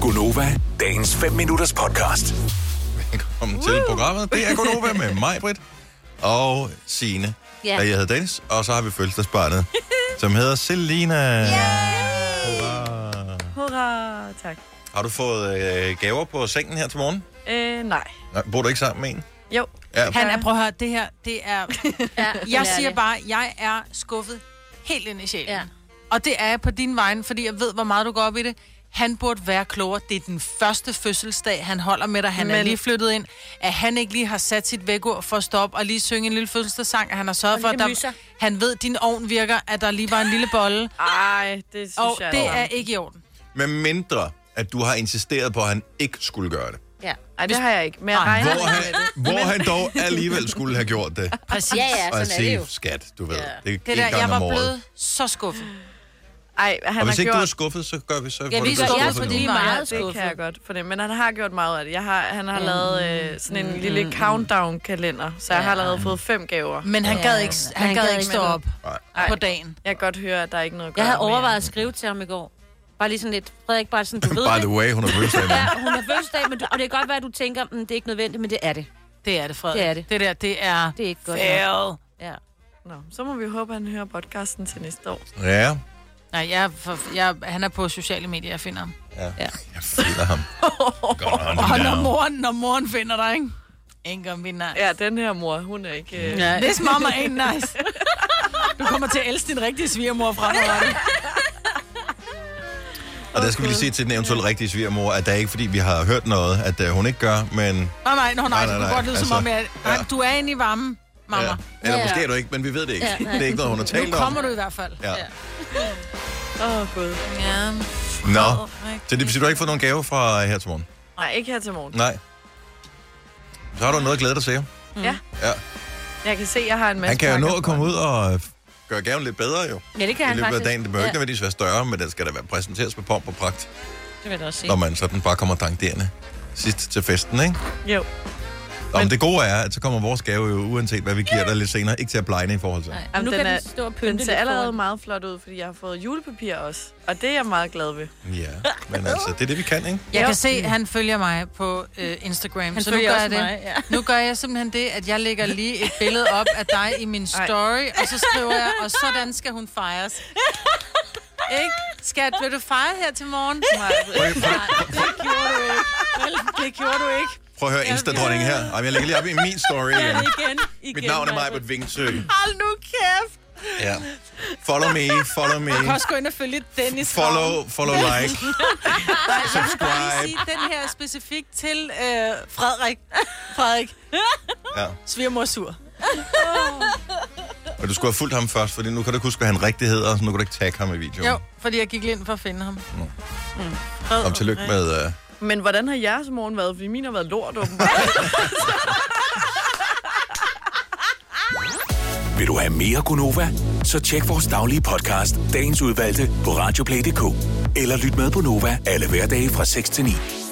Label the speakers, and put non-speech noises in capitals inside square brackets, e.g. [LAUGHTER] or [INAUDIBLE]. Speaker 1: Gunova, dagens 5 minutters podcast.
Speaker 2: Velkommen uh. til programmet. Det er Gunova med mig, Britt, og Signe.
Speaker 3: Ja.
Speaker 2: Og jeg hedder Dennis, og så har vi fødselsdagsbarnet, som hedder Selina.
Speaker 4: Hurra, tak.
Speaker 2: Har du fået øh, gaver på sengen her til morgen?
Speaker 4: Øh, nej.
Speaker 2: Nej, bor du ikke sammen med en?
Speaker 4: Jo.
Speaker 2: Ja,
Speaker 5: Han er, prøv at høre, det her, det er...
Speaker 3: Ja,
Speaker 5: Jeg siger bare, jeg er skuffet helt ind i sjælen.
Speaker 3: Ja.
Speaker 5: Ja. Og det er jeg på din vegne, fordi jeg ved, hvor meget du går op i det. Han burde være klogere. Det er den første fødselsdag, han holder med dig. Han Men... er
Speaker 4: Men-
Speaker 5: lige flyttet ind. At han ikke lige har sat sit vækord for at stå op og lige synge en lille fødselsdagssang. At han har sørget for, at
Speaker 3: lille
Speaker 5: der...
Speaker 3: myser.
Speaker 5: han ved, at din ovn virker, at der lige var en lille bolle.
Speaker 4: Ej, det synes
Speaker 5: Og
Speaker 4: jeg
Speaker 5: det
Speaker 4: ikke.
Speaker 5: er ikke i orden.
Speaker 2: med mindre, at du har insisteret på, at han ikke skulle gøre det.
Speaker 3: Ja.
Speaker 4: Ej, det har jeg ikke. Men jeg
Speaker 5: Ej,
Speaker 4: regner
Speaker 2: Hvor han, hvor han dog alligevel skulle have gjort det.
Speaker 5: Præcis.
Speaker 3: Ja, ja,
Speaker 2: Og at
Speaker 3: sådan er det jo.
Speaker 2: sige, skat, du ved,
Speaker 3: Ja.
Speaker 2: det er
Speaker 5: Det
Speaker 2: en
Speaker 5: der,
Speaker 2: gang
Speaker 5: jeg var
Speaker 2: om året.
Speaker 5: blevet så skuffet.
Speaker 4: Ej, han
Speaker 2: Og hvis
Speaker 4: har
Speaker 2: ikke
Speaker 4: gjort...
Speaker 2: du er skuffet, så gør vi så.
Speaker 3: Ja,
Speaker 2: får
Speaker 3: vi
Speaker 2: du
Speaker 3: gør-
Speaker 2: skuffet
Speaker 3: jeg er
Speaker 2: nu.
Speaker 3: på
Speaker 5: fordi-
Speaker 3: din
Speaker 5: meget
Speaker 3: meget
Speaker 4: det kan jeg
Speaker 3: skuffet.
Speaker 4: godt fornemme. Men han har gjort meget af det. Jeg har, han har lavet øh, sådan en lille countdown-kalender, så jeg har allerede fået fem gaver.
Speaker 5: Men han
Speaker 3: Ja.
Speaker 5: gad ikke, han
Speaker 3: Han
Speaker 5: gad
Speaker 3: gad
Speaker 5: ikke
Speaker 3: ikke
Speaker 5: stå
Speaker 3: med
Speaker 5: op
Speaker 2: Nej.
Speaker 5: på dagen.
Speaker 4: Jeg kan godt høre, at der er ikke noget at gøre
Speaker 3: Jeg havde
Speaker 4: mere.
Speaker 3: overvejet at skrive til ham i går. Bare lige sådan lidt, Frederik, bare sådan, du ved
Speaker 2: By
Speaker 3: det.
Speaker 2: the way, hun har fødselsdag nu.
Speaker 3: Ja, hun har fødselsdag, men du, og det kan godt være, at du tænker, mm, det er ikke nødvendigt, men det er det.
Speaker 5: Det er det, Frederik.
Speaker 3: Det er det.
Speaker 5: Det der, det er...
Speaker 3: Det er ikke godt nok.
Speaker 5: Fail.
Speaker 3: Ja.
Speaker 4: Nå, så må vi håbe, at han hører podcasten til næste år.
Speaker 2: Ja,
Speaker 5: Nej, jeg, er for, jeg, han er på sociale medier, jeg finder ham.
Speaker 2: jeg finder ham. Godt, han er
Speaker 5: Og
Speaker 2: down.
Speaker 5: når moren, når moren finder dig, ikke? Ingen om vi nice.
Speaker 4: Ja, den her mor, hun er ikke... Øh...
Speaker 5: Ja. This mama ain't nice. Du kommer til at elske din rigtige svigermor fremadrettet.
Speaker 2: Og der skal vi lige sige til den eventuelle rigtige svigermor, at det er ikke fordi, vi har hørt noget, at øh, hun ikke gør, men...
Speaker 5: [LAUGHS] Nej, nej, nej,
Speaker 2: Nej, nej,
Speaker 5: nej, det kunne
Speaker 2: nej,
Speaker 5: godt lyde
Speaker 2: altså,
Speaker 5: som om, jeg, nej,
Speaker 2: ja.
Speaker 5: du er inde i varmen, mamma.
Speaker 2: Ja.
Speaker 5: Ja.
Speaker 2: Eller
Speaker 3: Ja.
Speaker 2: måske er du ikke, men vi ved det ikke.
Speaker 3: Ja,
Speaker 2: det
Speaker 3: nej.
Speaker 2: er ikke noget, hun har talt
Speaker 5: Nu kommer
Speaker 2: om.
Speaker 5: du i hvert fald.
Speaker 2: Ja.
Speaker 4: Åh, gud.
Speaker 5: ja.
Speaker 2: Nå, så det betyder, du har ikke fået nogen gave fra øh, her til morgen?
Speaker 4: Nej, ikke her til morgen.
Speaker 2: Nej. Så har du noget at glæde dig til.
Speaker 4: Ja.
Speaker 2: Ja.
Speaker 4: Jeg kan se, at jeg har en masse
Speaker 2: Han kan jo nå
Speaker 4: pakker
Speaker 2: at
Speaker 4: foran.
Speaker 2: komme ud og øh, gøre gaven lidt bedre, jo.
Speaker 3: ja, det kan
Speaker 2: I
Speaker 3: han
Speaker 2: løbet af
Speaker 3: faktisk.
Speaker 2: dagen. Det behøver ikke
Speaker 3: ja,
Speaker 2: nødvendigvis være større, men den skal da være præsenteret med pomp og pragt,
Speaker 3: det vil jeg da også sige.
Speaker 2: når man sådan bare kommer dankderende sidst til festen, ikke?
Speaker 4: Jo.
Speaker 2: Om det gode er, at så kommer vores gave jo, uanset hvad vi giver dig lidt senere, ikke til at blegne i forhold til.
Speaker 3: Nej.
Speaker 4: Jamen,
Speaker 3: nu
Speaker 4: den
Speaker 3: kan
Speaker 4: er-
Speaker 3: den stå og pynte
Speaker 4: Den ser
Speaker 3: lidt
Speaker 4: allerede
Speaker 3: foran.
Speaker 4: meget flot ud, fordi jeg har fået julepapir også. Og det er jeg meget glad ved.
Speaker 2: Ja, men altså, det er det, vi kan, ikke?
Speaker 5: Jeg
Speaker 4: Ja.
Speaker 5: kan se, at han følger mig på øh, Instagram.
Speaker 3: Han
Speaker 5: så nu
Speaker 3: følger
Speaker 5: gør
Speaker 3: også
Speaker 5: jeg det.
Speaker 3: mig, ja.
Speaker 5: Nu gør jeg simpelthen det, at jeg lægger lige et billede op af dig i min story, og så skriver jeg, og sådan skal hun fejres. Ikke? Skat, blev du fejret her til morgen? Nej, det gjorde du ikke. Vel, det gjorde du [LAUGHS] ikke.
Speaker 2: Prøv at høre Insta-dronningen her. Ej, men jeg lægger lige op i min story. Igen. Mit navn er Majbert Vingsø.
Speaker 5: Hold nu kæft.
Speaker 2: Ja. Follow me, follow me.
Speaker 5: Du kan også gå ind og følge Dennis.
Speaker 2: Follow, follow like.
Speaker 5: Lige
Speaker 2: Subscribe.
Speaker 5: sige den her specifikt til øh, Frederik. Frederik,
Speaker 2: Ja.
Speaker 5: svigermor sur.
Speaker 2: Og du skulle have fulgt ham først, for nu kan du ikke huske, hvad han rigtig hedder, så nu kan du ikke tagge ham i videoen.
Speaker 5: Jo, fordi jeg gik lige ind for at finde ham.
Speaker 2: Kom tillykke med... Uh...
Speaker 4: Men hvordan har jeres morgen været? Fordi min har været lort, åbenbart.
Speaker 1: Vil du have mere Gunova? Så tjek vores daglige podcast, dagens udvalgte, på radioplay.dk. Eller lyt med på Nova alle hverdage fra 6 til 9.